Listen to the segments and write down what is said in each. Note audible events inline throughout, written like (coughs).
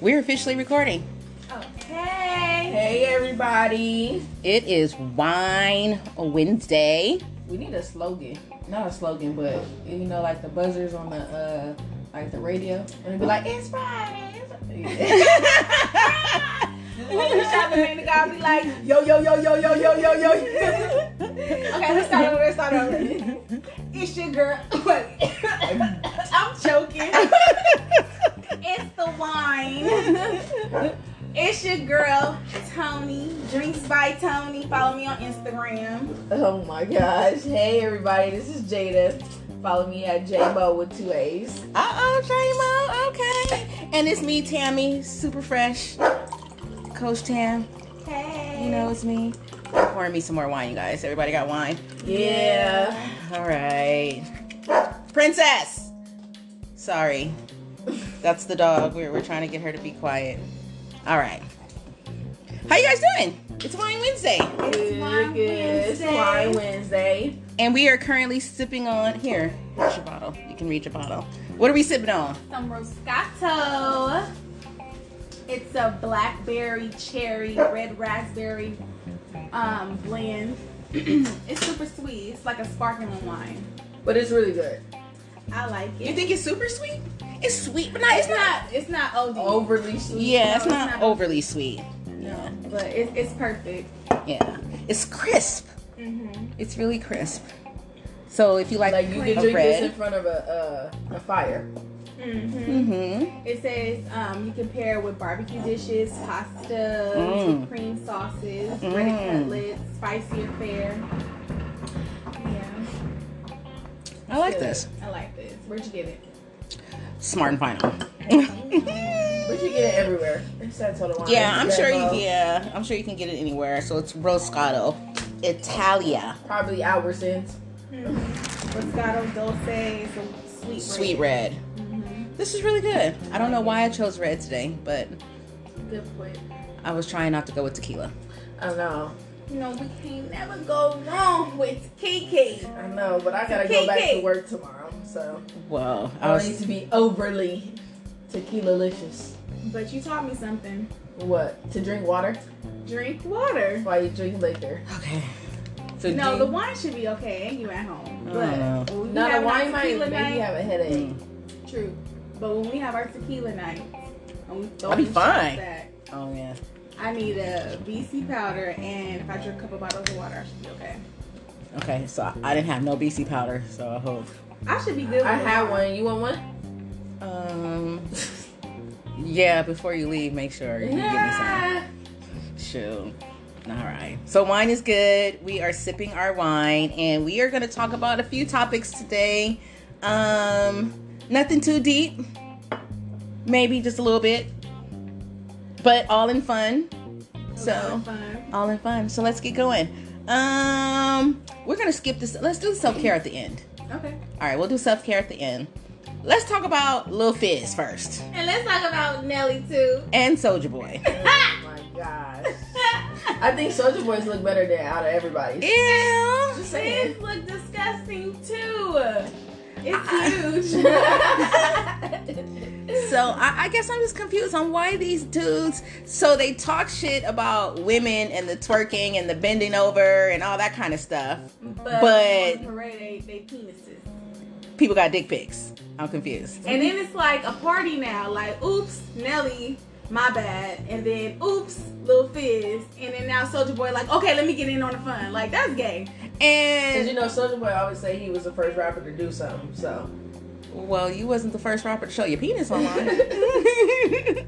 We're officially recording. Okay. Hey everybody. It is Wine Wednesday. We need a slogan. Not a slogan, but you know like the buzzers on the uh like the radio. And it'd be like, (laughs) it's Friday. When we shot the man, the guy be like, yo yo yo yo yo yo yo yo. (laughs) okay, let's start over, let's start over. (laughs) It's your girl. (laughs) I'm choking. It's the wine. It's your girl, Tony. Drinks by Tony. Follow me on Instagram. oh my gosh. Hey everybody, this is Jada. Follow me at JBO with two A's. Uh oh, J-Mo. Okay. And it's me, Tammy, super fresh. Coach Tam, Hey. you know it's me. Pour me some more wine, you guys. Everybody got wine. Yeah. All right. Princess! Sorry. That's the dog. We're, we're trying to get her to be quiet. All right. How you guys doing? It's Wine Wednesday. Good, Wine good. It's Wednesday. Wine Wednesday. And we are currently sipping on here. Here's your bottle. You can read your bottle. What are we sipping on? Some Roscato. It's a blackberry, cherry, red raspberry um, blend. (clears throat) it's super sweet. It's like a sparkling wine. But it's really good. I like it. You think it's super sweet? It's sweet, but not. it's not. It's not OD. Oh. Overly sweet. Yeah, No, it's it's not, not. overly sweet. No, but it, it's perfect. Yeah, it's crisp. Mm-hmm. It's really crisp. So if you like, Like you a can drink red, this in front of a uh, a fire. Mm-hmm. mm-hmm. It says um, you can pair with barbecue dishes, pasta, Mm. with cream sauces, Mm. breaded cutlets, spicy affair. Yeah, I like good. this. I like this. Where'd you get it? Smart and final. (laughs) But you get it everywhere. It's at Total Wine. yeah, I'm It's sure. Grandma. You, yeah, I'm sure you can get it anywhere. So it's Roscato, Italia, Probably hours since. Moscato Dulce is a sweet sweet red. Mhm. This is really good. I don't know why I chose red today, but Good point. I was trying not to go with tequila. I know. You know, we can never go wrong with Kiki. I know, but I gotta go back to Kiki. work tomorrow, so Whoa, I I don't need was to be overly tequila-licious. But you taught me something. What? To drink water? Drink water. That's why you drink liquor. okay. So no, do the wine should be okay, and you at home. But Oh. when we Not have a wine might tequila make you have a you- headache. True. But when we have our tequila night, and we throw I'll be these shots fine. back, Oh yeah. I need a BC powder, and if I drink a couple bottles of water, I should be okay. Okay, so I- I didn't have no BC powder, so I hope. I should be good. With I had water. one. You want one? Um. Yeah, before you leave, make sure you give me Yeah. some. Shoot. All right. So wine is good. We are sipping our wine, and we are going to talk about a few topics today. Um, nothing too deep. Maybe just a little bit, but all in fun. So. That was fun. all in fun. So let's get going. Um, we're gonna skip this. Let's do self care at the end. Okay. All right, we'll do self care at the end. Let's talk about Lil Fizz first And let's talk about Nelly too. and Soldier Boy. Oh my gosh. I think Soldier Boys look better than out of everybody. Ew. Just saying. His look disgusting too. Ah. It's (laughs) huge. So I, I guess I'm just confused on why these dudes. So they talk shit about women and the twerking and the bending over and all that kind of stuff. but But- on parade, they, they penises. People got dick pics. I'm confused. And then it's like a party now. Like, oops, Nelly, my bad. And then, oops, Lil Fizz. And then now Soldier Boy, like, okay, let me get in on the fun. Like, that's gay. Cause you And know Soldier Boy always say he was the first rapper to do something. So well, you wasn't the first rapper to show your penis online. (laughs)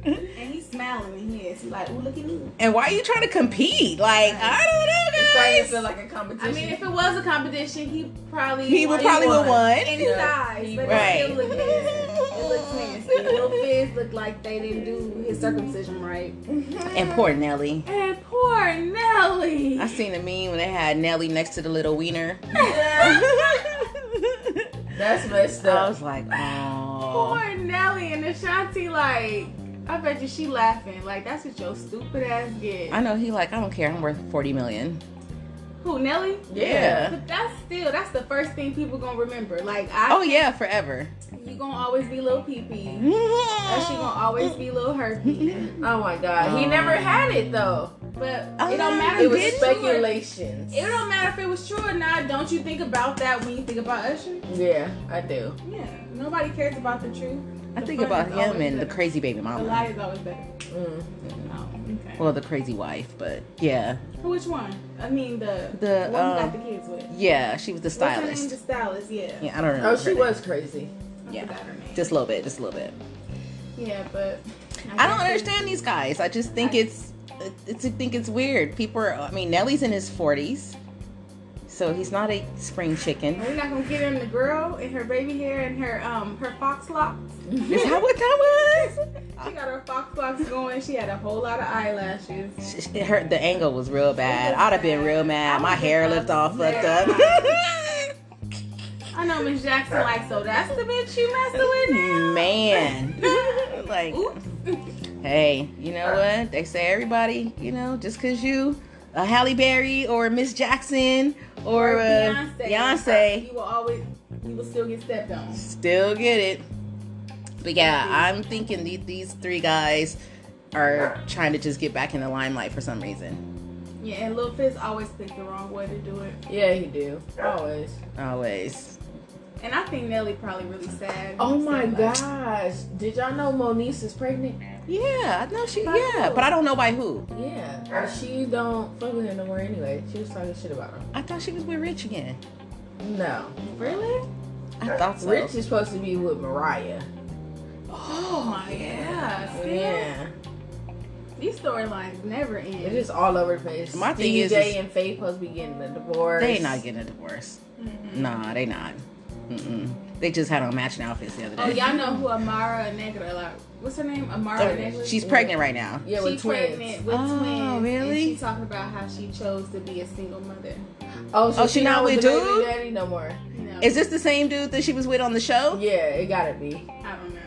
And he's smiling in his. He's like, ooh, look at me. And why are you trying to compete? Like, it's starting I to don't know, guys. feel like a competition. I mean, if it was a competition, he probably He would won. probably would won. won. in his Yeah, eyes, he but right. it still looked nasty. It looks nasty. Lil Fizz looked like they didn't do his circumcision right. And poor Nelly. And poor Nelly. I seen a meme when they had Nelly next to the little wiener. (laughs) I that's messed up. was like, oh. Poor Nelly and Ashanti, like, I bet you she laughing. Like, that's what your stupid ass get. I know he like, I don't care. I'm worth 40 million. Who, Nelly? Yeah. But that's still, that's the first thing people gonna remember. Like, I, Oh yeah, forever. you gonna always be little pee pee. That shit Mm-hmm. gonna always be little herpes. (laughs) Oh my god, he Oh. never had it though. But Oh, it don't matter. you It was didn't? speculations. It don't matter if it was true or not. Don't you think about that when you think about Usher? Yeah, I do. Yeah. Nobody cares about the truth. (laughs) I The think fun about is him always and the better. crazy baby The mama. lie is always better. Mm. Oh, okay. Well, the crazy wife, but yeah, Which one? I mean the The, one you um, got the kids with. yeah, she was the What's her name? stylist. The stylist. Yeah. Yeah, I don't know. Oh, she was crazy. I Yeah. forgot her name. just a little bit, just a little bit. Yeah, but I don't guess it- understand these guys. I just think it's, it's I think it's weird. People are. I mean, Nelly's in his forties, so he's not a spring chicken. We're not gonna get him the girl and her baby hair and her um her fox locks. (laughs) Is that what that was? She got her fox locks going. She had a whole lot of eyelashes. Sh- sh- Her the angle was real bad. I'd have been real mad. My would've hair been lift off, flipped upset. up. (laughs) I know Miss Jackson like so. That's the bitch you messing with now. Man, (laughs) like, Oops. hey, you know what they say? Everybody, you know, just cause you a Halle Berry or a Miss Jackson or, Or a Beyonce. Beyonce You will always, you will still get stepped on. Still get it. But yeah, I'm thinking the, these three guys are trying to just get back in the limelight for some reason. Yeah, and Lil Fizz always picked the wrong way to do it. Yeah, he do. Always. Always. And I think Nelly probably really sad. Oh my Sad, like, gosh. Did y'all know Moniece is pregnant? Yeah, I know she. By Yeah, who? but I don't know by who. Yeah. But she don't fuck with him no more anyway. She was talking shit about him. I thought she was with Rich again. No. Really? I thought so. Rich is supposed to be with Mariah. Oh my god. See? Yeah. These storylines never end. It's just all over the place. My thing DJ is- is- and Faith supposed to be getting a divorce. They not getting a divorce. Mhm. Nah, they not. Mm-mm. They just had on matching outfits the other Oh, day. y'all know who Amara Negra, like, what's her name? Amara Negra? She's pregnant right now. Yeah, with She's twins. pregnant with Oh, twins. And really? she talking about how she chose to be a single mother. Oh, so Oh, she, she not not with with the baby dude? daddy no more. You know, Is this the same dude that she was with on the show? Yeah, it gotta be. I don't know.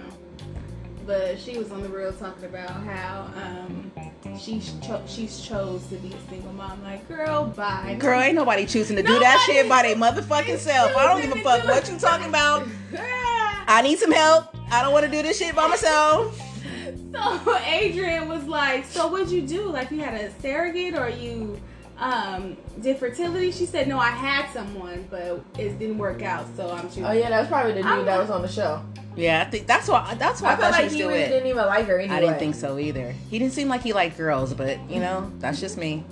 But she was on the real talking about how um, she cho- she's chose to be a single mom. Like, girl, bye. Girl, ain't nobody choosing to do that Nobody shit by their motherfucking (laughs) is self. I don't give a choosing to fuck do what it. you talking about. Girl. I need some help. I don't want to do this shit by myself. (laughs) So Adrian was like, "So what'd you do? Like, you had a surrogate or you um, did fertility?" She said, "No, I had someone, but it didn't work out, so I'm choosing." Oh yeah, that's probably the dude I'm that not- was on the show. Yeah, I think that's why. That's why I, I felt thought like she was he still really with. didn't even like her anyway. I didn't think so either. He didn't seem like he liked girls, but you know, that's just me.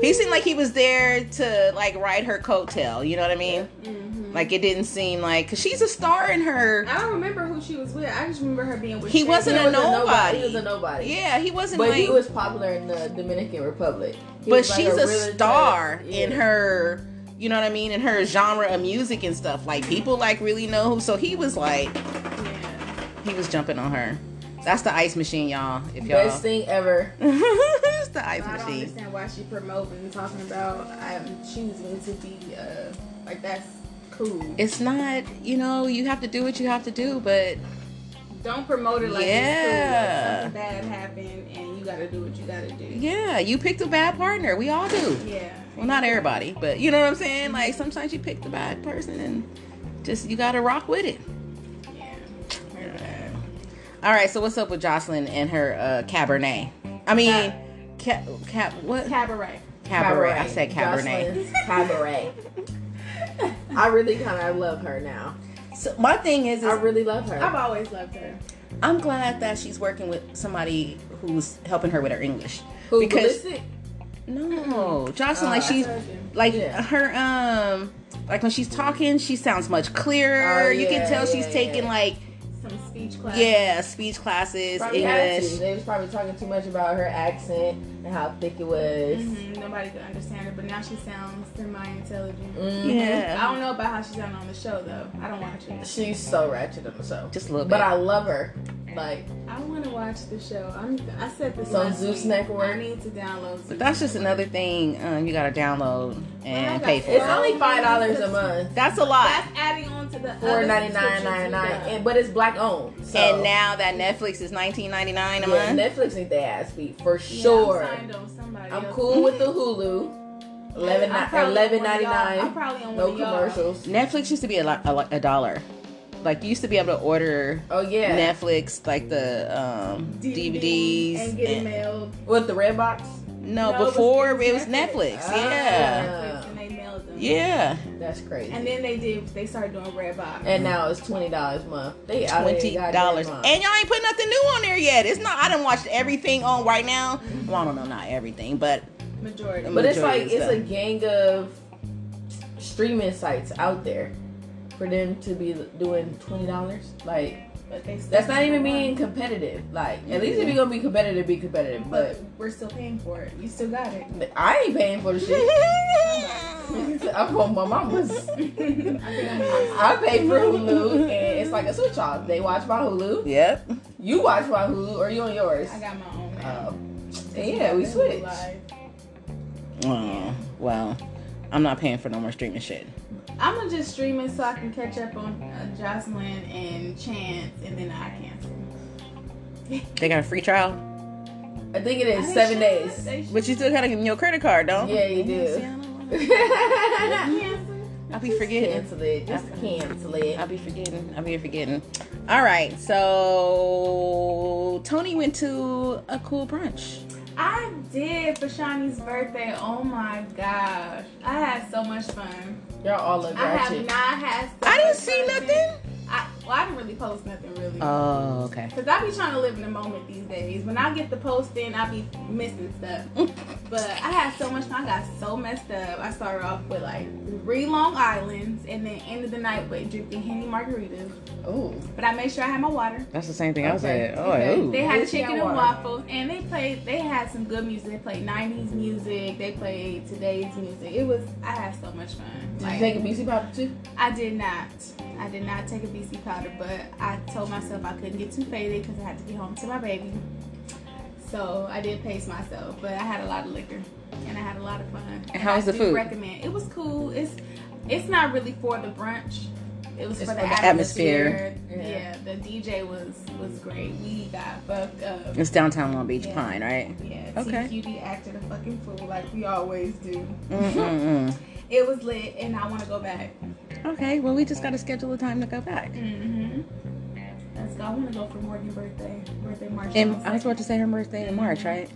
He seemed like he was there to like ride her coattail. You know what I mean? Mhm. Like it didn't seem like cause she's a star in her. I don't remember who she was with. I just remember her being with. He Shay. wasn't He a was a nobody. nobody. He was a nobody. Yeah, he wasn't. But like, he was popular in the Dominican Republic. He but was like she's a, really star good- in yeah. her. You know what I mean? In her genre of music and stuff. Like people like really know who. So he was like Yeah. he was jumping on her. That's the ice machine, y'all. If y'all. best thing ever. it's the ice I don't machine. understand why she promoting talking about I'm choosing to be uh, like that's cool. It's not, you know, you have to do what you have to do, but Don't promote it like Yeah. it's cool. Like, something bad happened and you gotta do what you gotta do. yeah, you picked a bad partner. We all do. Yeah. Well, not everybody, but you know what I'm saying? Like sometimes you pick the bad person and just you got to rock with it. Yeah. Very bad. All right, so what's up with Jocelyn and her uh Cabernet? I mean, ca- ca- what? Cabaret. (laughs) Cabaret. I said Cabernet. Jocelyn's (laughs) Cabaret. I really kind of love her now. So my thing is, I is really love her. I've always loved her. I'm glad that she's working with somebody who's helping her with her English. Who because- Ballistic? No, Jocelyn, Uh, Oh, like I she's Husband. like Yeah. her um like when she's talking she sounds much clearer Oh, you yeah, can tell yeah, she's taking yeah. like Some speech class. yeah speech classes Probably had to. english They was probably talking too much about her accent and how thick it was. Mm-hmm. Mhm, Nobody could understand her, but now she sounds semi intelligent. Mhm. yeah I don't know about how she sounded on the show though. I don't watch it. She's so ratchet on the show. just a little bit But I love her. Like, I want to watch the show. I'm. I said this. It's on last Zeus week. Network. I need to download. but Zeus that's just Network. another thing um you gotta download and Well, pay that's- for it's Well, only $5 a month. that's a lot That's adding on to the other Four ninety nine ninety subscriptions nine, we got. and but it's black owned. So and now that netflix is 19.99 a yeah, month Netflix need their ass beat for Yeah, sure. I'm, signed on somebody I'm else. cool with the Hulu. Eleven I'm probably on one of eleven ninety y'all- I'm nine. probably on No one of y'all. commercials. netflix used to be a, lot, a, lo- a dollar like you used to be able to order Oh yeah. Netflix, like the um, DVD DVDs. and get Eh. it and- mailed. With the red box. no, No, it was- before it was it was Netflix. Netflix. Ah. Yeah, Netflix and they mailed them. yeah. That's crazy. And then they did. They started doing Redbox. And now it's twenty dollars a month. They out here Twenty goddamn dollars, month. and y'all ain't put nothing new on there yet. It's not. I didn't watch everything on right now. Well, I don't know, not everything, but (laughs) Majority. but it's majority like is it's a done. gang of streaming sites out there for them to be doing twenty dollars. Like But they still that's not pay even for it. being competitive. Like at least if you're gonna be competitive, be competitive. But But we're still paying for it. You still got it. (laughs) I ain't paying for the shit. (laughs) I'm on my mama's. I pay for Hulu, and it's like a switch off. They watch my Hulu, yep. you watch my Hulu, or you on yours. I got my own. now. Uh, yeah, we That's switch. live. Oh, well, I'm not paying for no more streaming shit. I'm gonna just stream it so I can catch up on uh, Jocelyn and Chance, and then I cancel. They got a free trial, I think it I is think seven she- days. they should- but you still gotta give me your credit card, don't? Yeah, you do. (laughs) do. cancel. I'll be forgetting. cancel it. Just cancel it. I'll be forgetting. I'll be forgetting. All right. So Tony went to a cool brunch. I did for Shawnee's birthday. Oh my gosh, I had so much fun. Y'all all love I that have shit. not had. So I much didn't see fun nothing. since- I, well, I didn't really post nothing really. Oh, okay. Cause I be trying to live in the moment these days. When I get the post in, I be missing (laughs) stuff. But I had so much fun. I got so messed up. I started off with like three Long Islands, and then ended the night with drinking henny margaritas. Oh, But I made sure I had my water. That's the same thing I Okay. said. Oh, Okay. ooh. They had Yes, you chicken got and water. waffles, and they played. They had some good music. They played '90s music. They played today's music. It was. I had so much fun. did you Like, take a BC pop too? I did not. I did not take a BC powder, but I told myself I couldn't get too faded because I had to get home to my baby. So I did pace myself, but I had a lot of liquor and I had a lot of fun. And how was the I do food? Recommend. It was cool. It's it's not really for the brunch. It was It's for, the, for the atmosphere. atmosphere. Yeah. the DJ was was great. We got fucked up. It's downtown Long Beach Yeah. Pine, (laughs) right? Yeah, Okay. TQD acted a fucking fool like we always do. Mm-mm-mm. It was lit, and I want to go back. Okay. Well, we just gotta schedule a time to go back. Mm-hmm. Let's go. I want to go for Morgan's birthday. Birthday March. And was I was like, about to say her birthday in March, right?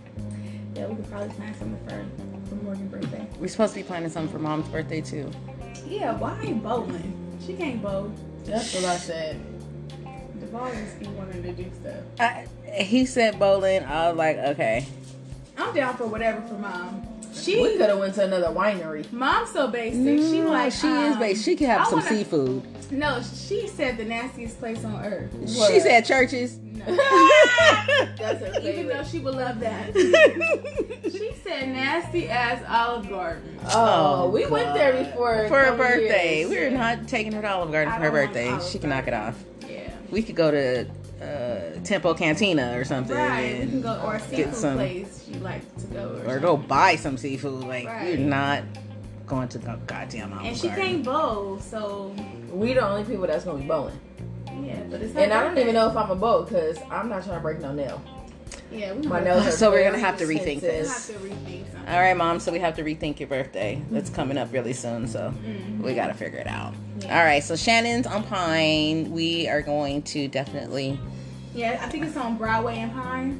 yeah, we could probably find something for for Morgan's birthday. We're supposed to be planning something for mom's birthday too. Yeah, why ain't bowling? She can't bowl. That's what I said. Duvall just be wanting to do stuff. I, he said bowling. I was like, okay. I'm down for whatever for mom. We She, could have went to another winery. mom's so basic. she No, like Mm, she is, um, but she can have I some wanna- seafood. No, she said the nastiest place on earth. (laughs) She said (laughs) churches. No. That's her Even though favorite. she would love that. for She said nasty ass Olive Garden. Oh, (laughs) we Oh, went there before her couple birthday. years. We're not taking her to Olive Garden I for her don't want birthday. Olive She can knock it off. Yeah. We could go to uh, Tempo Cantina or something. Right. We can go or a seafood some- place she likes to go. Or go buy some seafood. Like, Right. you're not going to go goddamn Olive And she Garden. can't bowl, so We the only people that's gonna be bowling, yeah. But it's not and I don't even know if I'm a bowl because I'm not trying to break no nail. Yeah, we My might- nails. (laughs) Are So we're gonna very have to rethink we sensitive. have to rethink something. All right, mom. So we have to rethink your birthday. That's coming up really soon. So Mm. we got to figure it out. Yeah. All right. So Shannon's on Pine. We are going to definitely. Yeah, I think it's on Broadway and Pine.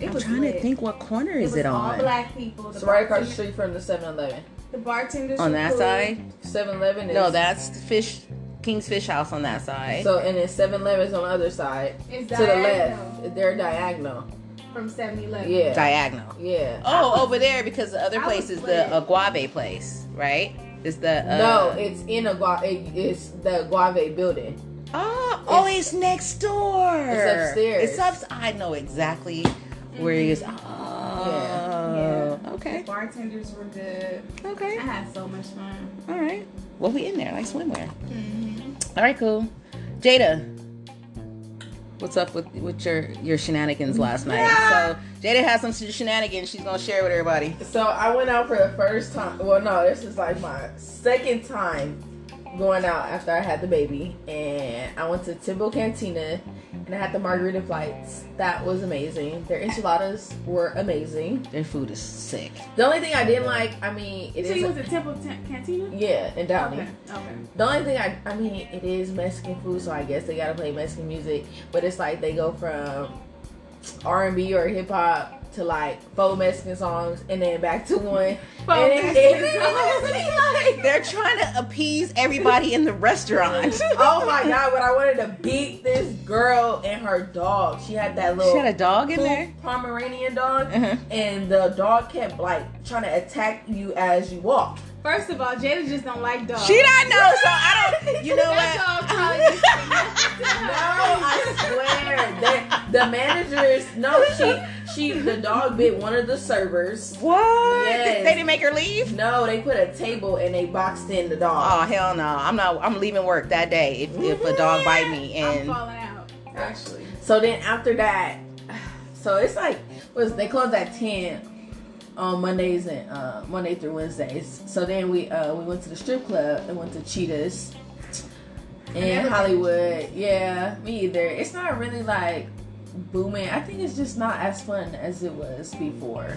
It I'm was trying to lit. think what corner It is was it All on? black people. The It's right across the bartender- street from the 7-Eleven. The bartenders on were that cool. side? 7-Eleven is No, that's Fish King's Fish House on that side. so, and then 7-Eleven is on the other side It's to the diagonal left. They're diagonal. from 7-Eleven. Yeah, diagonal. yeah. Oh, over there because the other I place was is lit. the Aguave place, right? Is the uh, no, it's in a gua- it, it's the Guave building. oh, oh, it's, next door. It's upstairs. It's up. I know exactly where you is. Oh, Yeah. Uh-huh. The okay, bartenders were good. I okay, had so much fun. all right. Well, we in there like swimwear. Mm-hmm. All right, cool. Jada, what's up with with your your shenanigans last night? Yeah. So Jada has some shenanigans she's gonna share with everybody. So I went out for the first time. Well, no, this is like my second time going out after I had the baby, and I went to Timbo Cantina, and I had the margarita flights. That was amazing. Their enchiladas were amazing. Their food is sick. The only thing I didn't like, I mean, it So is you was at Temple Tan- Cantina? yeah, in Downey. Okay. Okay. The only thing I, I mean, it is Mexican food, so I guess they gotta play Mexican music. But it's like they go from R and B or hip hop to like faux Mexican songs, and then back to one. Faux and it- Mexican it- songs. it's like- They're trying to appease everybody in the restaurant. oh my god! When I wanted to beat this girl and her dog, she had that little She had a dog in poof there. Pomeranian dog, Uh-huh. and the dog kept like trying to attack you as you walk. (laughs) First of all, Jada just don't like dogs. She don't know, so I don't. You know That what? dog (laughs) probably just did nothing (laughs) to her. No, Oh, I swear. that (laughs) the managers, no, she, she, the dog bit one of the servers. What? Yes. They- They didn't make her leave. No, they put a table and they boxed in the Oh dog. hell no! I'm not. I'm leaving work that day if, if a dog bite me I'm and falling out. Actually. So then after that, (sighs) so it's like, was they close at ten on Mondays and uh, Monday through Wednesdays. So then we uh, we went to the strip club and went to Cheetahs in never Hollywood. Yeah, me either. It's not really like booming. I think it's just not as fun as it was before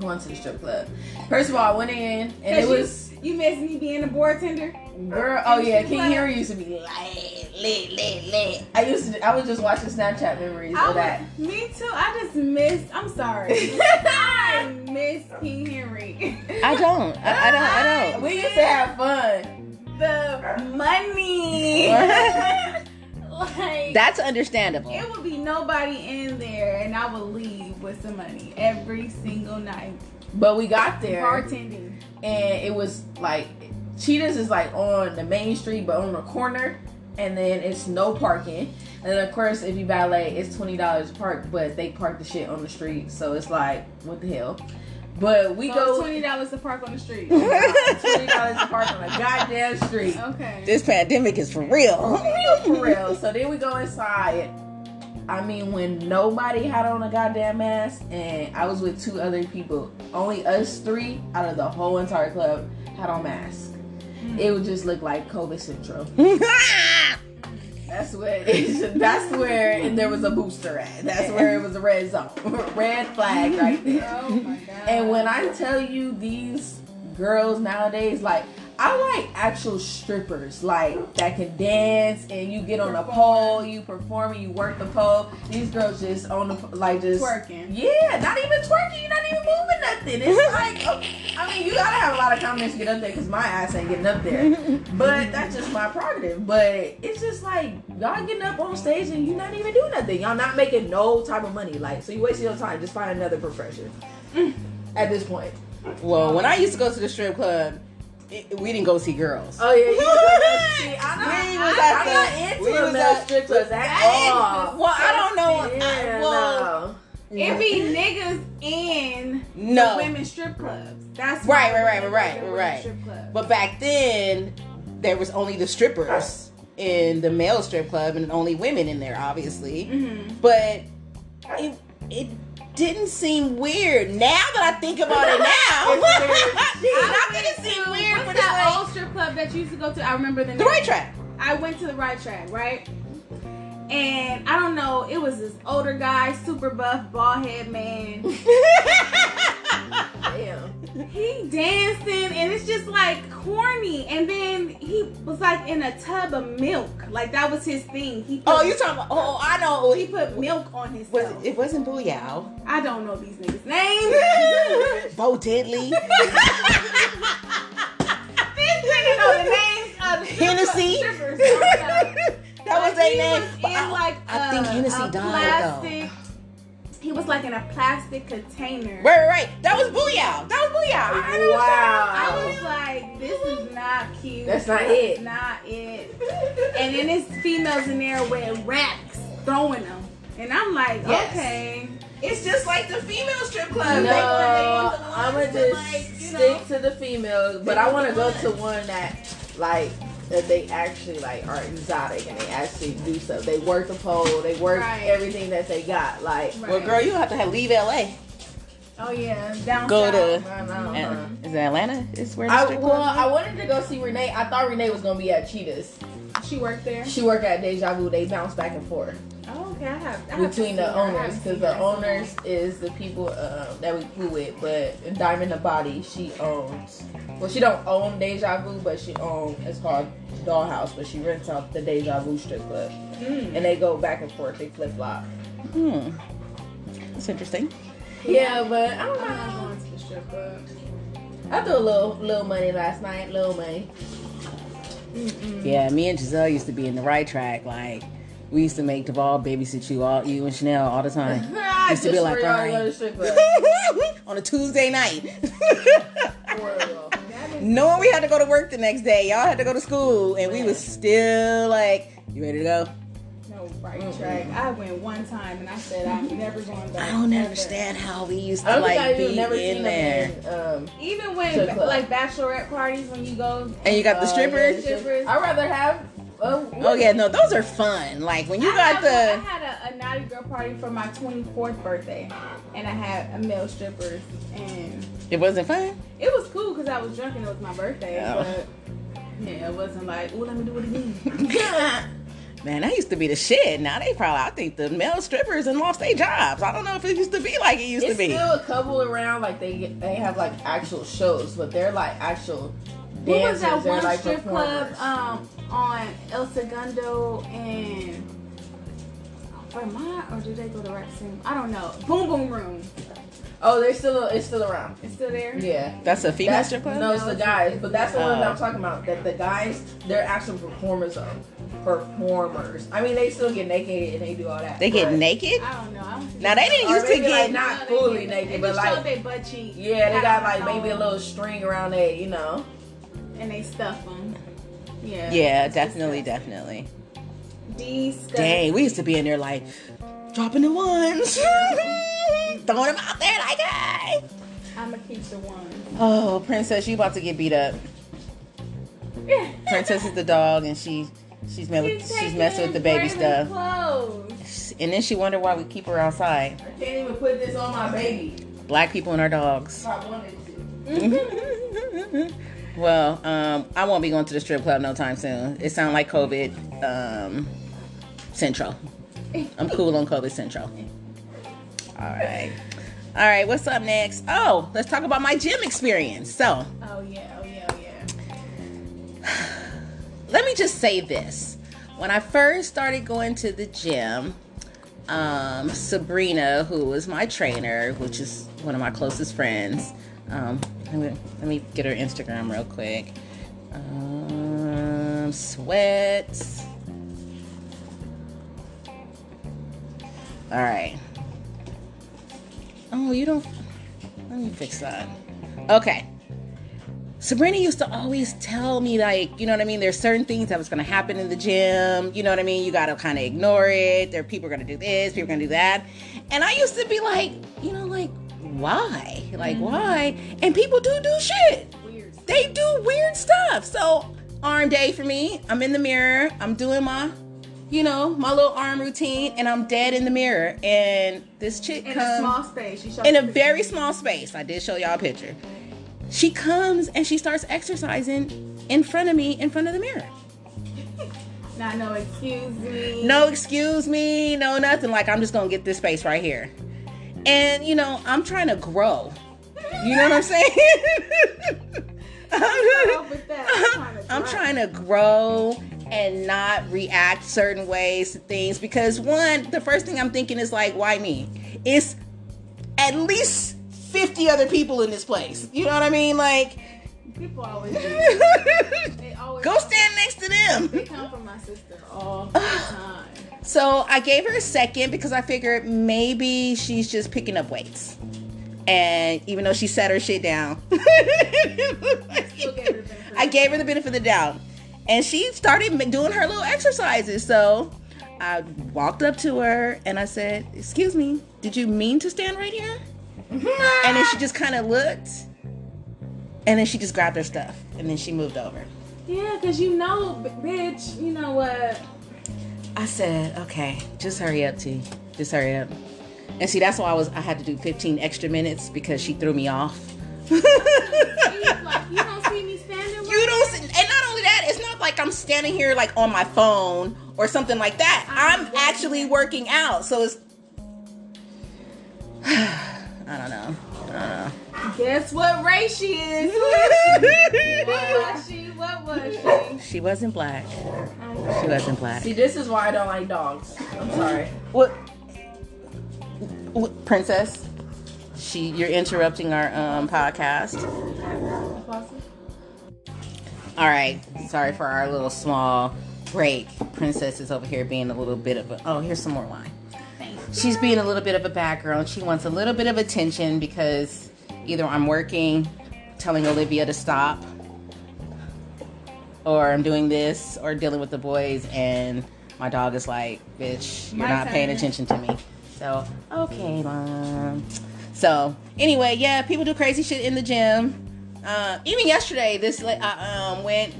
going to the strip club. First of all, I went in and it Cause was you, you miss me being a bartender. girl. Oh yeah, She was King like- Henry used to be lit, lit, lit, lit. I used to. I was just watching Snapchat memories I of that. was, me too. I just missed. I'm (laughs) sorry. I miss King Henry. I don't. I, I don't. I don't. We used to have fun. the money. like That's understandable. it would be nobody in there, and I would leave with some money every single night But we got there bartending. and it was like Cheetahs is like on the main street but on the corner and then it's no parking. And then of course if you valet it's twenty dollars to park, but they park the shit on the street, so it's like what the hell. But we So go twenty dollars to park on the street. (laughs) twenty dollars to park on a goddamn street. Okay. this pandemic is for real. for real. So then we go inside. I mean, when nobody had on a goddamn mask, and I was with two other people, only us three out of the whole entire club had on masks. It would just look like COVID syndrome. That's where it, that's where there was a booster at. That's where it was a red zone, (laughs) red flag right there. oh my god. And when I tell you these girls nowadays, like I like actual strippers, like that can dance and you get on a Perform. pole, you perform, and you work the pole. These girls just on the like just Twerking. Yeah, not even twerking. You're not even moving (laughs) nothing. It's like okay, I mean, you gotta have a lot of confidence to get up there because my ass ain't getting (laughs) up there. But that's just my prerogative. But it's just like y'all getting up on stage and you not even doing nothing. Y'all not making no type of money. Like so, you wasting your time. Just find another profession. Mm. At this point. (laughs) well, when I used to go to the strip club, it, we didn't go see girls. Oh yeah, you (laughs) see, I'm not, We was I, at the- am not we into was the at- strip clubs at I all. well, I don't know. I- Yeah, well, no. it be niggas in No. the women's strip clubs. That's Right, right, why I right, went to right, the right, women's right. Strip club. But back then, there was only the strippers in the male strip club and only women in there, obviously. Mm-hmm. But it it didn't seem weird. Now that I think about it, (laughs) (laughs) now I not that it seemed weird, What's but it's that like old strip club that you used to go to? I remember the the name. right track. I went to the right track, right? And I don't know, it was this older guy, super buff, bald (laughs) head man. Damn. he dancing, and it's just like corny. And then he was like in a tub of milk, like that was his thing. He put, oh, you talking about? Oh, I know. he He put milk on his. was. Was It wasn't Booyah. I don't know these niggas' names. (laughs) Bo Diddley, These niggas know the names of the strip club- Hennessy. strippers. I'm sorry. that was Like, their he name. was But in, like, I a- think Hennessy a died though. plastic, He was like in a plastic container. Right, right, right. That was Booyah. That was Booyah. I know, I Wow. was like, this is not cute. That's not This is it. Not it. And then it's females in there with racks throwing them, and I'm like, Yes. okay. It's just like the female strip No, club. I'm gonna just stick to the females, but I want to go to one that like that they actually like are exotic and they actually do stuff. They work the pole, they work Right. everything that they got. Like Right. Well, girl, you have to have leave LA. Oh yeah, down Go south. to- I know, Uh-huh. huh? At- is it Atlanta? Is where the I, strip well, club I wanted to go see Renee. I thought Renee was gonna be at Cheetahs. She worked there. She worked at Deja Vu. They bounce back and forth Oh, okay, I have I have between seen the her. I have owners seen because the her. owners is the people um, that we flew with. But Diamond the Body, she owns. Well, she don't own Deja Vu, but she owns. It's called Dollhouse, but she rents out the Deja Vu strip club, Mm. and they go back and forth. They flip flop. Hmm. That's interesting. Yeah, but I I'm don't not know. going to the strip club. I threw a little little money last night. Little money. (laughs) Mm-mm. Yeah, me and Giselle used to be in the right track. Like, we used to make Duvall babysit you all, you and Chanel all the time. (laughs) Just Used to be like, for y'all to alright. go (laughs) to strip club. on a Tuesday night. For real. That (laughs) is Knowing we had to go to work the next day, y'all had to go to school, and we was still like, "You ready to go?" no right track. I went one time and I said I'm never going back. I don't ever. understand how we used I to don't think like I've even be never in seen there. them in, um, Even when Strip club. like bachelorette parties when you go And you got the uh, strippers. yeah, strippers. I'd rather have. Uh, Oh yeah, no, those are fun. Like when you I got had a- the I had a, a naughty girl party for my 24th birthday, and I had a male strippers, and it wasn't fun. it was cool because I was drunk and it was my birthday. Oh. But yeah, it wasn't like, oh, let me do it again. (laughs) Man, that used to be the shit. Now they probably I think the male strippers and lost their jobs. I don't know if it used to be like it used It's to be. still a couple around. Like they get, they have like actual shows, but they're like actual dancers. What was that they're one like strip club performers. um, on El Segundo and Vermont, or did they go to Rexham? I don't know. Boom Boom Room. oh, they're still it's still around. It's still there. Yeah. That's a female That's, strip club. no, it's the guys, but that's the ones Oh. I'm talking about. That the guys, they're actual performers of performers. I mean, they still get naked and they do all that. They get but- naked. I don't know. I don't think Now they didn't Or used to maybe, like, get. No, not they fully didn't. naked, They but, just like- showed their butt cheeks. Yeah, they got like maybe a Um, little string around their, you know. and they stuff them. Yeah. Yeah, It's just definitely, that- definitely. Disgusting. Dang, we used to be in there like dropping the ones, (laughs) throwing them out there like, hey. I'ma keep the one. Oh, princess, you about to get beat up. (laughs) Princess is the dog, and she she's me- she's, taking messing with the baby Braylon's stuff, Clothes. and then she wonder why we keep her outside. I can't even put this on my baby. Black people and our dogs. If I wanted to. (laughs) well, um, I won't be going to the strip club no time soon. It sounds like COVID um, central. I'm cool on COVID central. All right. All right, what's up next? Oh, let's talk about my gym experience. So, Oh yeah, oh yeah, oh yeah. let me just say this. When I first started going to the gym, um, Sabrina, who was my trainer, which is one of my closest friends, um, let, me, let me get her Instagram real quick. Um, sweats. All right. Oh, you don't. Let me fix that. Okay. Sabrina used to always tell me, like, you know what I mean? There's certain things that was going to happen in the gym. You know what I mean? You got to kind of ignore it. There are people going to do this, people going to do that. And I used to be like, you know, like, why? Like, why? And people do do shit. Mm-hmm. Weird. They do weird stuff. So, arm day for me. I'm in the mirror. I'm doing my, you know, my little arm routine, and I'm dead in the mirror. And this chick In a comes small space. You showed in a the- very small space. I did show y'all a picture. She comes and she starts exercising in front of me, in front of the mirror. Not no excuse me. No excuse me, no nothing. Like I'm just gonna get this space right here. And you know, I'm trying to grow. You know what I'm saying? (laughs) up with that. I'm trying to (coughs) I'm trying grow. to grow and not react certain ways to things because one, the first thing I'm thinking is like, why me? It's at least 50 other people in this place. You know what I mean? Like, (laughs) People always do. go They always stand next to They them. come from my sister all the time. So I gave her a second because I figured maybe she's just picking up weights. And even though she set her shit down, (laughs) Still gave her the benefit. I gave her the benefit of the doubt. And she started ma- doing her little exercises. So I walked up to her and I said, Excuse me, did you mean to stand right here? And then she just kind of looked. And then she just grabbed her stuff. And then she moved over. Yeah, cause you know, b- bitch. You know what? I said, Okay, just hurry up, T. Just hurry up. And see, that's why I was I had to do 15 extra minutes because she threw me off. (laughs) He's like, you don't see me standing You don't, see, and not only that, it's not like I'm standing here like on my phone or something like that. I'm, actually working out, so it's. (sighs) I don't know. I Guess what race she is? don't (laughs) What know. was she? What was she? she wasn't black. She wasn't black. See, this is why I don't like dogs. I'm sorry. What? what princess? She, you're interrupting our um, podcast. All right. Sorry for our little small break. Princess is over here being a little bit of a. Oh, here's some more wine. She's being a little bit of a bad girl. and She wants a little bit of attention because either I'm working, telling Olivia to stop, or I'm doing this, or dealing with the boys, and my dog is like, bitch, you're My not paying turn. attention to me. So, okay, mom. So, anyway, yeah, people do crazy shit in the gym. Uh, even yesterday, this la- I um, went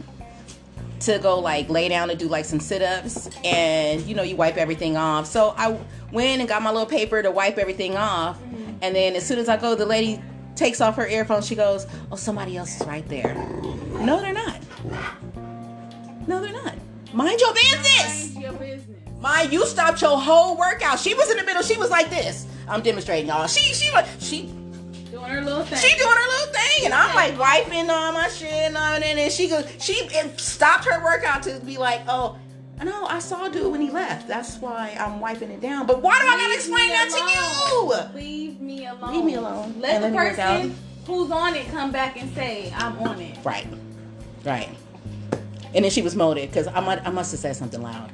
to go like lay down to do like some sit-ups and you know you wipe everything off so i went and got my little paper to wipe everything off and then as soon as i go the lady takes off her earphones she goes oh somebody else is right there no they're not no they're not mind your business Mind your business. mind you stopped your whole workout she was in the middle she was like this i'm demonstrating y'all she she was she Doing her little thing. she doing her little thing, and I'm like wiping all my shit and all that. And she goes, she it stopped her workout to be like, oh, no, I saw dude when he left. That's why I'm wiping it down. But why do I gotta Leave explain me that to you? Leave me alone. Leave me alone. Let And the let me work person who's on it come back and say, I'm on it. Right, right. And then she was molded because I might, I must have said something (laughs) loud.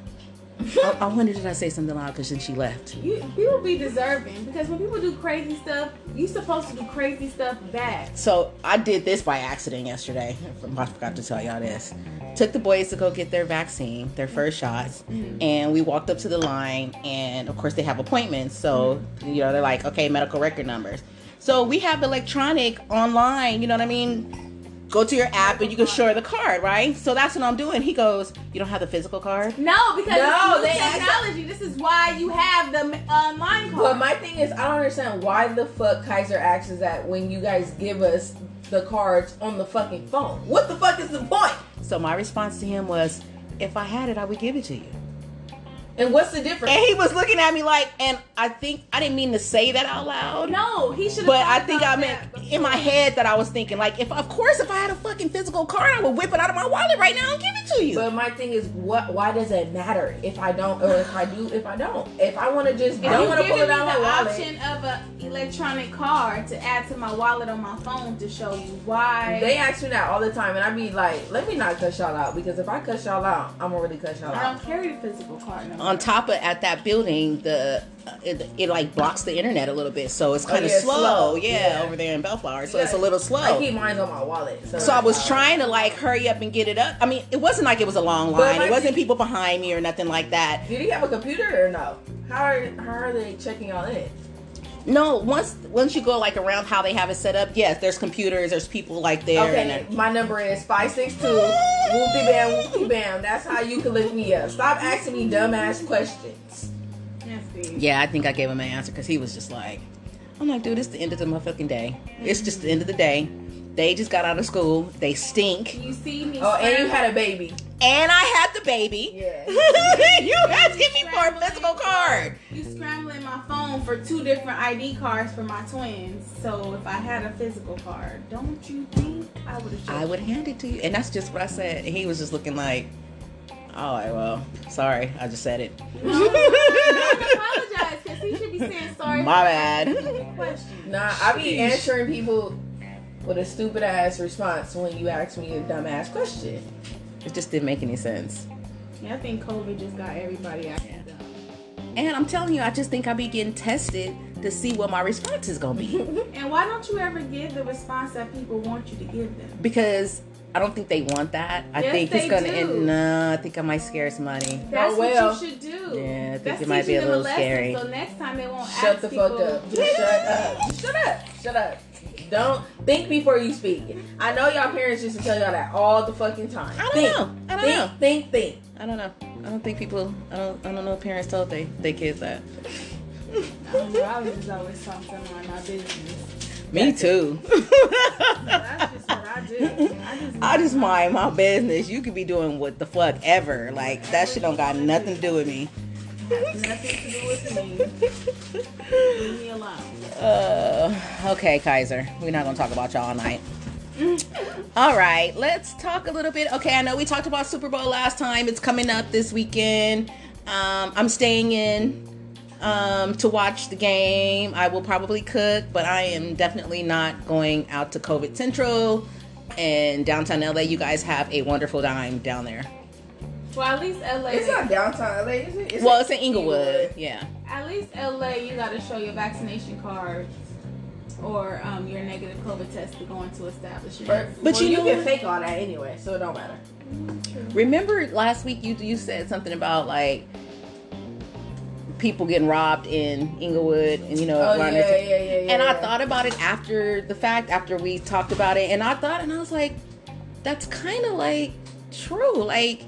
I, I wonder did I say something loud because then she left. You people be deserving because when people do crazy stuff, you supposed to do crazy stuff back. So I did this by accident yesterday. I forgot to tell y'all this. Took the boys to go get their vaccine, their first shots, and we walked up to the line. And of course, they have appointments, so you know they're like, okay, medical record numbers. So we have electronic online. You know what I mean? Go to your app and you can share the card, right? So that's what I'm doing. He goes, you don't have the physical card. No, because No, no, they act- technology. This is why you have the uh, mind card. But my thing is, I don't understand why the fuck Kaiser acts is that when you guys give us the cards on the fucking phone. What the fuck is the point? So my response to him was, if I had it, I would give it to you. And what's the difference? And he was looking at me like, and I think I didn't mean to say that out loud. no, he should. But I think I meant in my head that I was thinking like, if of course if I had a fucking physical card, I would whip it out of my wallet right now and give it to you. But my thing is, what? Why does it matter if I don't, or if I do, if I don't? If I want to just, If don't you want to giving pull me it the out of my wallet. option of an electronic card to add to my wallet on my phone to show you why They ask me that all the time, and I be like, let me not cuss y'all out because if I cuss y'all out, I'm gonna really cuss y'all I out. don't carry the physical card. No more. On top of at that building, the uh, it, it like blocks the internet a little bit, so it's kind of Oh, yeah, it's slow. slow. Yeah, Yeah. over there in Bellflower, so Yeah. it's a little slow. I keep mine on my wallet. So, so I was trying to like hurry up and get it up. I mean, it wasn't like it was a long But line. like- It wasn't people behind me or nothing like that. Did he have a computer or no? How are how are they checking y'all in? No, once once you go like around how they have it set up, yes, there's computers, there's people like there. and Okay, my number is five six two. Whoopty bam, whoopty bam. That's how you can look me up. Stop asking me dumbass questions. Nasty. Yeah, I think I gave him an answer because he was just like, I'm like, dude, it's the end of the motherfucking day. It's just the end of the day. They just got out of school. They stink. You see me. Oh, and you scrambling. had a baby. And I had the baby. Yeah. (laughs) you asking me for a physical card. You scrambling my phone for two different ID cards for my twins. So if I had a physical card, don't you think I would have? I would hand it to you. And that's just what I said. And he was just looking like, all right, well, sorry. I just said it. (laughs) apologize because he should be saying sorry. My for bad. the question. Nah, I be Sheesh. answering people with a stupid ass response when you ask me a dumbass question. It just didn't make any sense. Yeah, I think COVID just got everybody out. there. And I'm telling you, I just think I'll be getting tested to see what my response is going to be. And why don't you ever give the response that people want you to give them? because I don't think they want that. I Yes, think it's they gonna do. end. No, I think I might scare somebody. That's well. what you should do. Oh, Yeah, I think That's it might be teaching a them little lesson, scary. So next time they won't Shut ask the people, fuck (laughs) up. Just shut up. Shut up. Shut up. Don't think before you speak. I know y'all parents used to tell y'all that all the fucking time. I don't think, know. I don't think, know. Think, think. (laughs) I don't know. I don't think people. I don't. I don't know. if Parents told they they kids that. I was just always something on my business. Me (laughs) too. (laughs) That's just what I do. I just, I just mind my business. You could be doing what the fuck ever. Like that shit don't got nothing to do with me. nothing to do with me. (laughs) Leave me alone. Uh, okay, Kaiser. We're not gonna talk about y'all all night. All right, let's talk a little bit. Okay, I know we talked about Super Bowl last time. It's coming up this weekend. Um, I'm staying in um, to watch the game. I will probably cook, but I am definitely not going out to COVID Central and downtown LA. You guys have a wonderful time down there. Well, at least LA. It's not downtown LA, is it? It's Well, it's in Inglewood. Yeah. At least LA, you gotta show your vaccination cards or um, your negative COVID test to go into But, establishments. But well, you you know can what? fake all that anyway, so it don't matter. Remember last week you you said something about like people getting robbed in Inglewood and you know Oh, around yeah, there. yeah, yeah, yeah, and I yeah. thought about it after the fact after we talked about it and I thought and I was like that's kind of like true like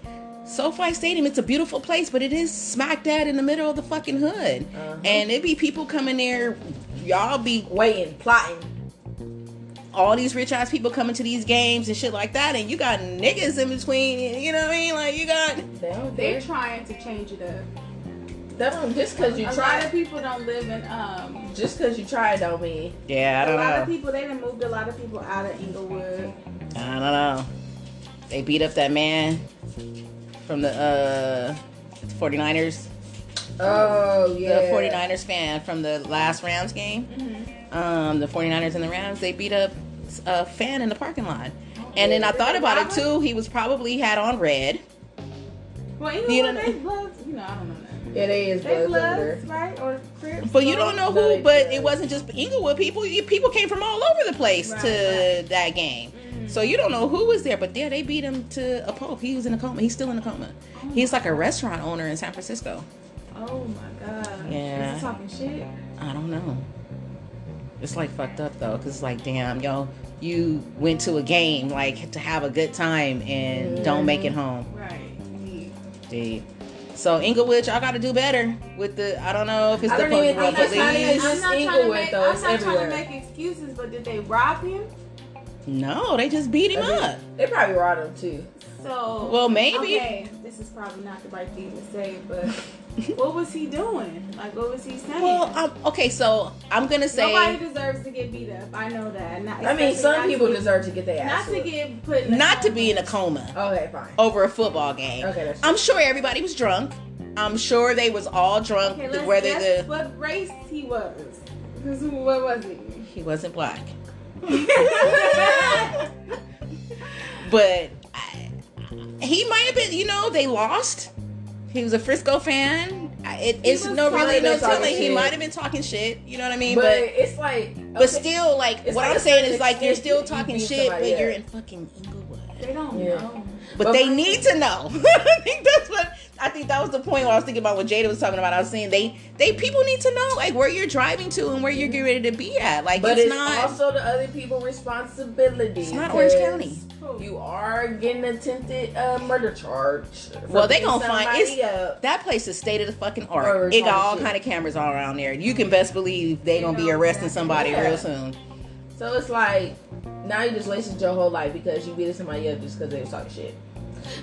SoFi Stadium it's a beautiful place but it is smack dab in the middle of the fucking hood Uh-huh. and it be people coming there y'all be Waiting, plotting. all these rich ass people coming to these games and shit like that and you got niggas in between you know what I mean like you got They don't They're care. trying to change it up. They don't- just because you A try lot of people don't live in. Um, just because you try don't mean yeah I a don't lot know Uh, of people they done moved a lot of people out of Inglewood. I don't know. They beat up that man from the uh, 49ers, oh yeah the 49ers fan from the last Rams game. Mm-hmm. Um, the 49ers and the Rams, they beat up a fan in the parking lot. And then I thought about it too. He was probably had on red. Well, You Inglewood don't- they bloods. You know, I don't know. That. yeah they is They bloods over bloods, right? Or Crips? But you don't know who, but it Right. wasn't just Inglewood people. You- People came from all over the place Right, to that game. Mhm. So you don't know who was there, but yeah, they beat him to a pulp. He was in a coma. He's still in a coma. He's like a restaurant owner in San Francisco. Oh my god. Yeah. Is he talking shit? I don't know. It's like fucked up though, cause it's like, damn, yo, you went to a game like to have a good time and don't make it home, Right. Yeah. dude. So Inglewood, y'all got to do better with the. I don't know if it's I the don't even post- think the that's not league. even- It's I'm just not trying to Inglewood, make, though. I'm It's not trying to everywhere. make excuses, but did they rob him? No, they just beat him there. up. they probably robbed them too So Well, maybe. Okay, this is probably not the right thing to say, (laughs) but what was he doing? Like, what was he saying? Well, um, okay, so I'm gonna say Nobody deserves to get beat up. I know that. Not, I mean some especially people not to deserve to get their get- ass not to whooped. get put in a not to coma. be in a coma okay fine over a football game. okay that's I'm sure everybody was drunk. I'm sure they was all drunk. Okay, let's whether guess the what race he was. (laughs) 'Cause What was he? he wasn't black. I but I, he might have been. You know, they lost. He was a Frisco fan. I- It, He it's was no really probably no been talking telling. He shit. might have been talking shit. You know what I mean? but, But it's like okay, but still, like It's what like I'm a saying certain is like you're extent still you- you talking beat shit, somebody but you're up. in fucking Inglewood. They don't Yeah. know. But, But- they need to know. (laughs) I think that's what I think that was the point where I was thinking about what Jada was talking about. I was saying they they people need to know like where you're driving to and where you're getting ready to be at. Like but it's, it's, not also the other people responsibility it's not Orange 'cause County. Who? you are getting attempted uh, murder charge for Well, they beating gonna find- somebody it's- up. That place is state of the fucking Or art. it's It got all all shit. kind of cameras all around there. You can best believe they You gonna be know arresting exactly. somebody Yeah. real soon. so it's like now you just wasted your whole life because you beat somebody up just because they was talking shit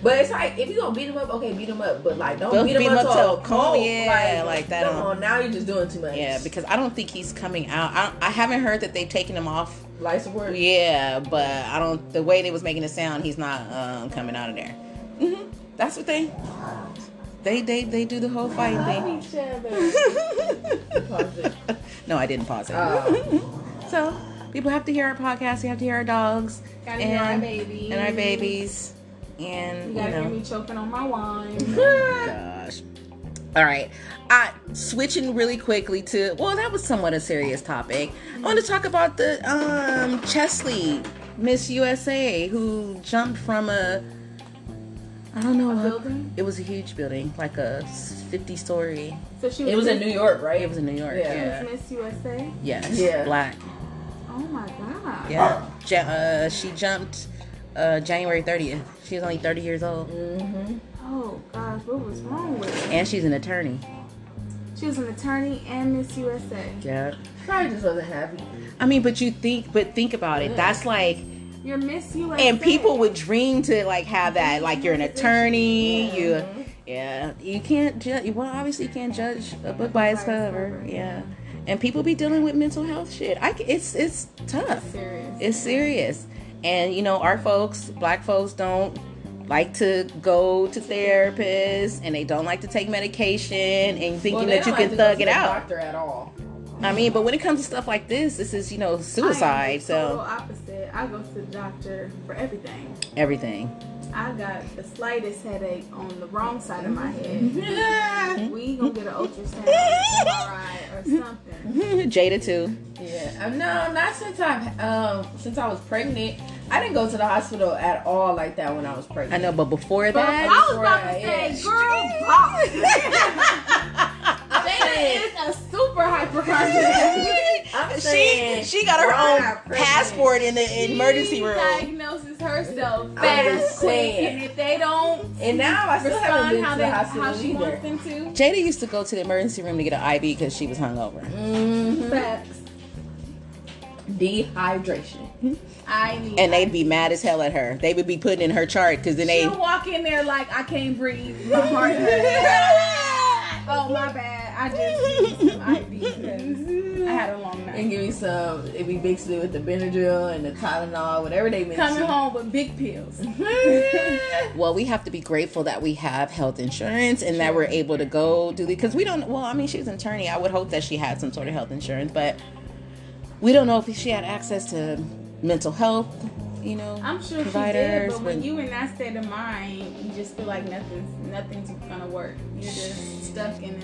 but it's like if you gonna beat them up, okay, beat them up, but like don't Don't beat them beat 'em up, up to till- a cold. yeah, like that Come don't- on, now you're just doing too much. Yeah, because I don't think he's coming out. I, I haven't heard that they've taken him off. life support. Yeah, but I don't. The way they was making it sound, he's not um, coming out of there. hmm That's what they. They they they do the whole fighting thing. Love each other. it. (laughs) no, I didn't pause it. Oh. (laughs) so people have to hear our podcast. We have to hear our dogs Gotta hear our And- baby. and our babies, and You you, gotta hear know. me choking on my (laughs) wine. Oh, gosh. All right. I switching really quickly to well, that was somewhat a serious topic. I want to talk about the um Chesley Miss USA who jumped from a I don't know A what- building? It was a huge building, like a fifty story. So she was, It was in Miss- New York, right? It was in New York. Yeah. yeah. Miss USA. Yes. Yeah. Black. Oh my god. Yeah. Ja- uh, she jumped uh, January 30th. She was only 30 years old. Mm-hmm. Oh gosh, what was wrong with her? And she's an attorney. She was an attorney and Miss USA. Yeah. Probably just wasn't happy. I mean, but you think, but think about it. That's like, You're Miss USA. and people would dream to like have that. Like you're an attorney. You, yeah. You can't judge. Well, obviously you can't judge a book by its By its cover. cover. Yeah. And people be dealing with mental health shit. I, c- it's it's tough. serious. It's serious. And you know, our folks, black folks don't like to go to therapists and they don't like to take medication and thinking Well, they that you can don't like to go thug to it the out. Doctor at all? I mean, but when it comes to stuff like this, this is, you know, I am suicide. the total So opposite. I go to the doctor for everything. everything. (laughs) I got the slightest headache on the wrong side of my (laughs) head. we gonna get an ultrasound, MRI, or something. Jada too. Yeah, um, no, not since I've um since I was pregnant. I didn't go to the hospital at all like that when I was pregnant. I know, but before I that, was about to say, girl, pop. (laughs) (laughs) Jada is a super hyperconscious. I'm she saying, she got her while own I'm pregnant, passport in the emergency She room. diagnoses herself just fast, quick, saying. and if they don't and now I still respond haven't been how to they the how hospital she wants either. them to, Jada used to go to the emergency room to get an IV because she was hungover. Mhm. facts. Dehydration. I need. And they'd be mad as hell at her. They would be putting in her chart because then they She'll walk in there like I can't breathe. My heart hurts. oh my bad. I just need some IV because I had a long And night. give me some. If we mixed it with the Benadryl and the Tylenol, whatever they mix. Coming it. home with big pills. (laughs) Well, we have to be grateful that we have health insurance and that we're able to go do the because we don't. Well, I mean, she's an attorney. I would hope that she had some sort of health insurance, but we don't know if she had access to mental health. You know, I'm sure she did, Providers, but when but- you in that state of mind, you just feel like nothing's nothing's gonna work. You're just stuck in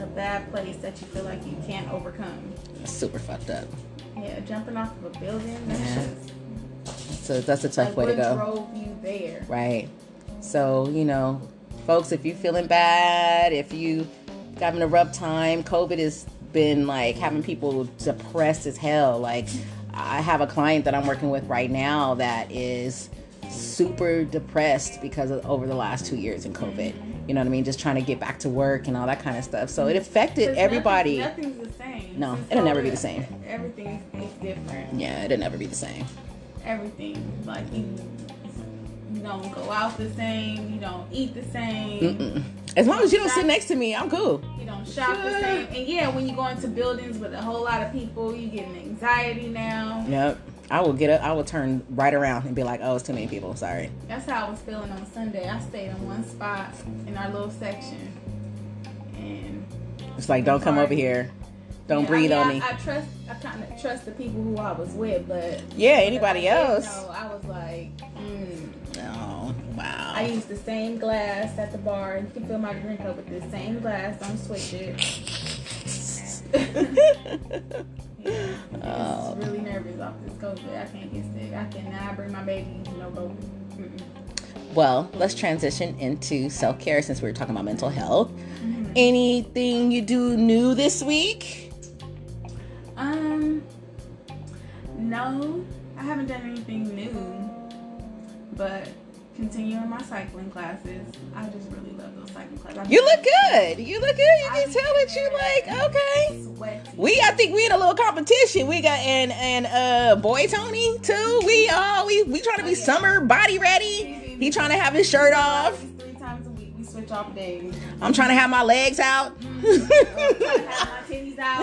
a, a bad place that you feel like you can't overcome. super fucked up. Yeah, jumping off of a building. That's Yeah. just So that's a tough like way what to go. drove you there. Right. So, you know, folks, if you're feeling bad, if you having a rough time, COVID has been like having people depressed as hell. Like I have a client that I'm working with right now that is super depressed because of over the last two years in COVID. You know what I mean? Just trying to get back to work and all that kind of stuff. So it affected 'Cause everybody. Nothing, nothing's the same. No, Since it'll never be the COVID, same. Everything is different. Yeah, it'll never be the same. everything. Like you, you don't go out the same, you don't eat the same, Mm-mm. As long as you don't sit next to me, I'm cool. you don't shop the same. And yeah, when you go into buildings with a whole lot of people, you get an anxiety now. Yep. I will get up. I will turn right around and be like, "Oh, it's too many people. Sorry." That's how I was feeling on Sunday. I stayed in one spot in our little section, and It's like, don't come Sorry. over here. Don't yeah, I breathe mean, on I- me. I trust. I kind of trust the people who I was with, but yeah, anybody I didn't else? know. I was like, mm. Oh, wow. I use the same glass at the bar. You can fill my drink up with the same glass. Don't switch it. (laughs) Yeah, Oh. I'm just really nervous off this COVID. I can't get sick. I cannot bring my baby to no COVID. (laughs) Mm-mm. well, let's transition into self care since we were talking about mental health. Mm-hmm. Anything you do new this week? Um, no, I haven't done anything new, but continuing my cycling classes. I just really love those cycling classes. I've You been look good. You look good. You I can tell that you like okay. sweaty. We, I think we in a little competition. We got and and uh boy Tony too. We all we we trying to be Oh, yeah. summer body ready. He trying to have his shirt off. Three times a week, we switch off days. I'm trying to have my legs out. I have my titties out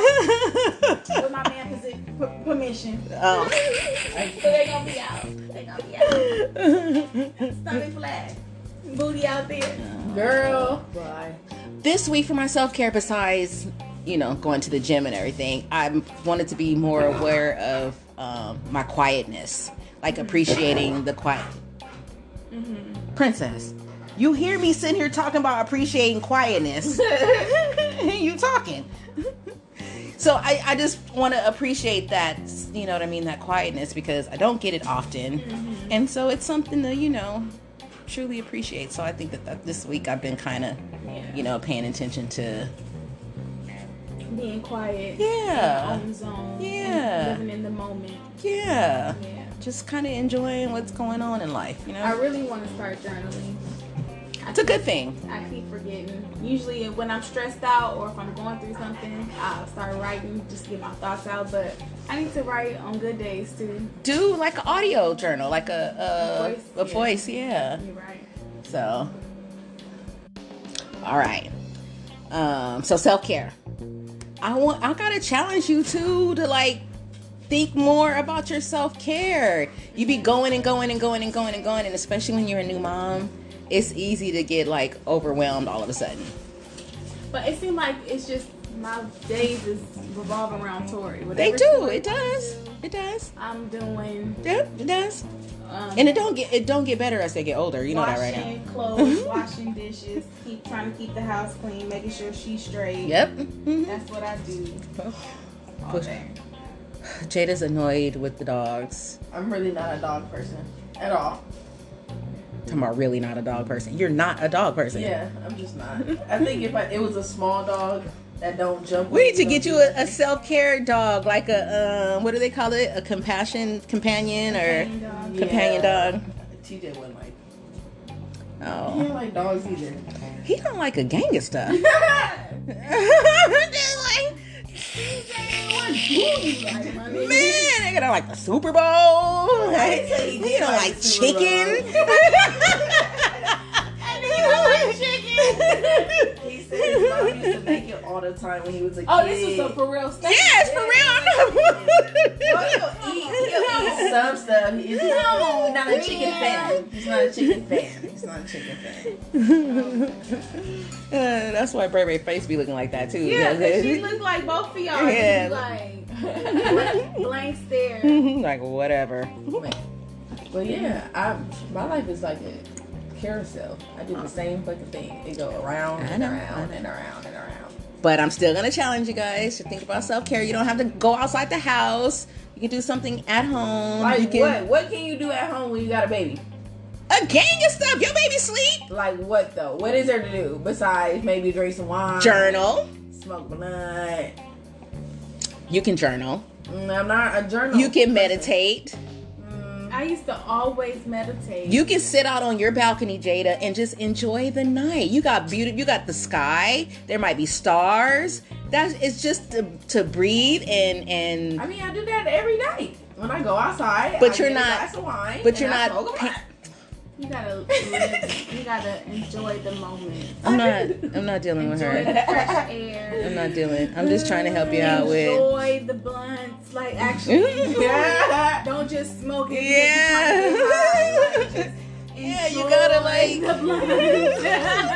with my man posi- per- permission. Oh. So they gonna be out. They gonna be out. Stomach flat. Booty out there. Girl, bye. this week for my self care, besides you know going to the gym and everything, I wanted to be more aware of um, my quietness, like appreciating the quiet. Princess, you hear me sitting here talking about appreciating quietness. (laughs) you talking. So I, I just want to appreciate that, you know what I mean, that quietness because I don't get it often. And so it's something that, you know, truly appreciate. So I think that, that this week I've been kind of, Yeah. you know, paying attention to. Being quiet. Yeah. In your own zone. and Yeah. Living in the moment. Yeah. Yeah. Just kind of enjoying what's going on in life, you know? I really want to start journaling. It's a good thing. I keep forgetting. Usually, when I'm stressed out or if I'm going through something, I'll start writing, just get my thoughts out. But I need to write on good days too. Do like an audio journal, like a a, a Voice, yeah. voice, yeah. You're right. So, all right. Um, so self care. I want. I gotta challenge you too to like think more about your self care. You be going and going and going and going and going, and especially when you're a new mom, it's easy to get like overwhelmed all of a sudden. But it seems like it's just my days is revolve around Tori. They Whatever do. she- It does. It does. I'm doing. Yep. It does. Um, And it don't get. It don't get better as they get older. You know that washing right now. (laughs) clothes, washing dishes, keep trying to keep the house clean, making sure she's straight. Yep. Mhm. That's what I do. all Push- day. (laughs) Jada's annoyed with the dogs. I'm really not a dog person at all. Talking about really not a dog person. You're not a dog person. Yeah, I'm just not. I think if I, it was a small dog that don't jump, We need to get you a, a self care dog, like a um, what do they call it? A compassion companion or Clean dog. companion dog. TJ wouldn't like. He Oh, didn't like dogs either. he don't like a gang of (laughs) stuff. They're like, Man, they don't like the Super Bowl. Like, say he he did don't like like the Super (laughs) chicken. He said his mom used to make it all the time when he was a Oh, kid. this was a for real statement. Yes, for real. I'm not. (laughs) He'll eat, he'll eat some stuff. He's just, he's not a chicken fan. He's not a chicken fan. He's not a chicken fan. Uh, that's why Burberry face be looking like that too. Yeah, 'cause (laughs) she because- looked like both of y'all. Yeah. Yeah. Like (laughs) blank stare. like whatever. But yeah, I my life is like a carousel. I do the same fucking thing. It go around I and know, I around know. and around and around. But I'm still gonna challenge you guys to think about self care. You don't have to go outside the house. You can do something at home. you Like can, what? What can you do at home when you got a baby? A gang of stuff. Your baby sleep. Like what though? What is there to do besides maybe drink some wine, Journal. smoke blunt? You can journal. Mm, I'm not a journal. You can meditate. Mm, (laughs) I used to always meditate. You can sit out on your balcony, Jada, and just enjoy the night. You got beauty. You got the sky. There might be stars. That it's just to, to breathe and and (laughs) I mean, I do that every night when I go outside. But I you're get a not- glass of wine but and you're I not smoke a pa- blunt. You gotta live, you gotta enjoy the moment. I'm not. I'm not dealing with Enjoy the her. fresh air. I'm not dealing. I'm just trying to help you out with. enjoy the blunts. Like (laughs) actually enjoy it. don't just smoke it. Yeah. (laughs) Yeah, you gotta, like- the blunts.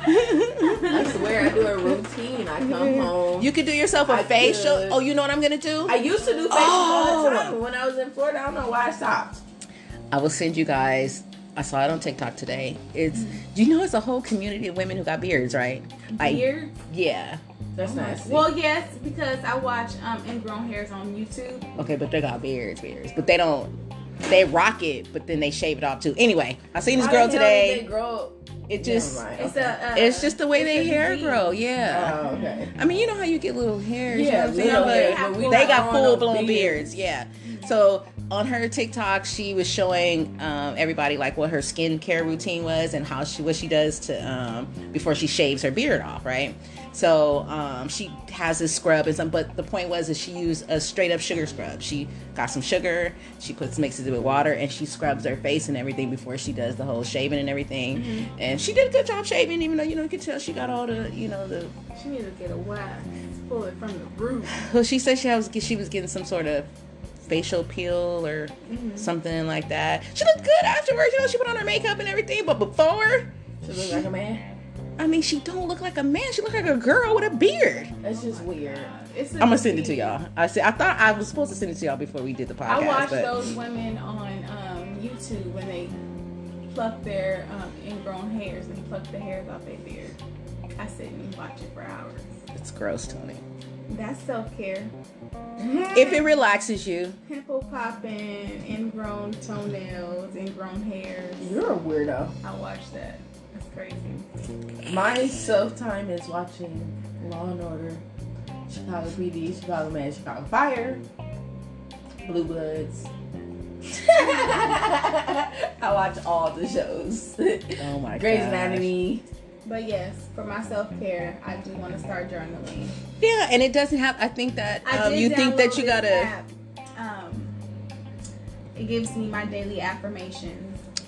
I swear I do a routine. (laughs) I come home. You could do yourself a I facial. could. Oh, you know what I'm gonna do? I used to do facials all the Oh. time when I was in Florida. I don't know why I stopped. I will send you guys. I saw it on TikTok today. It's you know it's a whole community of women who got Mm-hmm. beards, right? Like Beard. yeah. That's nice. Well, yes, because I watch um, ingrown hairs on YouTube. Okay, but they got beards, beards. But they don't they rock it, but then they shave it off too. Anyway, I seen this Why girl the hell did They today. grow. It just Never mind. It's a. Uh, it's just the way it's they a hair disease. grow, yeah. Oh, okay. I mean, you know how you get little hairs. Yeah, you know little what I'm saying? hairs, But but we they not got growing full no blown beards. beards. Yeah. So on her TikTok, she was showing um, everybody like what her skincare routine was and how she what she does to um, before she shaves her beard off, right? So um, she has this scrub and some, but the point was is she used a straight up sugar scrub. She got some sugar, she puts mixes it with water, and she scrubs her face and everything before she does the whole shaving and everything. And she did a good job shaving, even though you know you could tell she got all the you know the She need to get a wax. Pull it from the root. well, she said she was she was getting some sort of facial peel or Mm-hmm. something like that. She looked good afterwards. You know, she put on her makeup and everything, but before, She look like a man. I mean, she don't look like a man. She looked like a girl with a beard. That's just weird. It's I'm gonna send it to y'all. I said I thought I was supposed to send it to y'all before we did the podcast. I watch but those women on um, YouTube when they pluck their um, ingrown hairs. They pluck the hairs off their beard. I sit and watch it for hours. It's gross, Tony. That's self care. If it relaxes you, Pimple popping, ingrown toenails, ingrown hairs. You're a weirdo. I watch that. That's crazy. My self time is watching Law and Order, Chicago PD, Chicago Man, Chicago Fire, Blue Bloods, (laughs) I watch all the shows. (laughs) Grey's Oh my god. Anatomy. But yes, for my self care, I do want to start journaling. Yeah, and it doesn't have. I think that I um, did you think download that you this gotta. app. Um, it gives me my daily affirmations.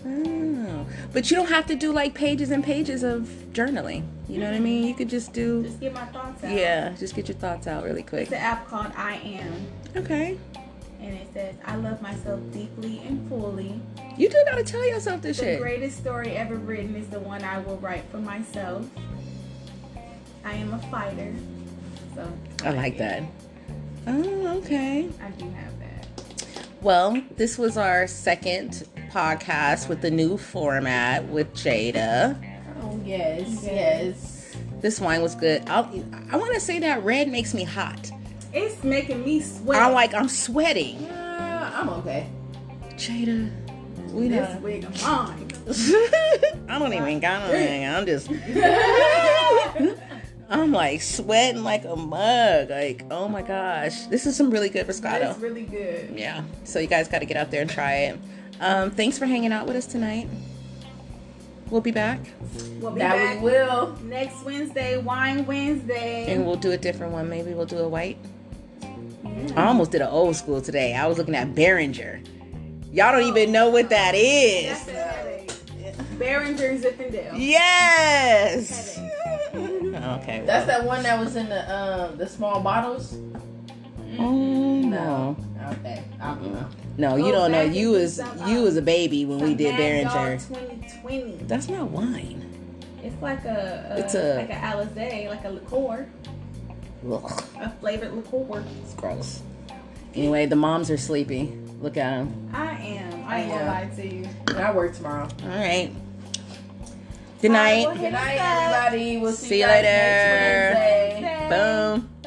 Oh, but you don't have to do like pages and pages of journaling. You know what I mean? You could just do. Just get my thoughts out. Yeah, just get your thoughts out really quick. It's an app called I Am, Okay. and it says, "I love myself deeply and fully. You do gotta tell yourself this The shit. greatest story ever written is the one I will write for myself. I am a fighter, so I like that. Oh, okay. I do have that. Well, this was our second podcast with the new format with Jada. Oh yes, yes. This wine was good. I'll, I want to say that red makes me hot. It's making me sweat. I'm like, I'm sweating. Uh, I'm okay. Jada, we this done. wig on. (laughs) I don't even got anything. I'm (laughs) just, I'm like sweating like a mug. Like, oh my gosh. This is some really good It's Moscato. really good. Yeah. So you guys got to get out there and try it. Um, thanks for hanging out with us tonight. We'll be back We'll be That back we will. next Wednesday, Wine Wednesday. and we'll do a different one. Maybe we'll do a white. I almost did an old school today. I was looking at Behringer. Y'all don't even know what that That's is. a headache. Behringer Zippendale. Yes. Okay. That's well. that one that was in the um the small bottles. Oh, no. Okay. I don't know. No, you Go don't know. back you and do was some, you um, was a baby when we Some did Mad Dog Behringer. 2020. That's not wine. It's like a, a It's a- like an alizé, like a liqueur, Ugh, a flavored liqueur. it's gross. Anyway, the moms are sleepy. Look at them. I am. I ain't gonna Yeah. lie to you. And I work tomorrow. All right. Good All right, night. well, Good night, everybody. We'll see, See you guys later. next Wednesday. Boom.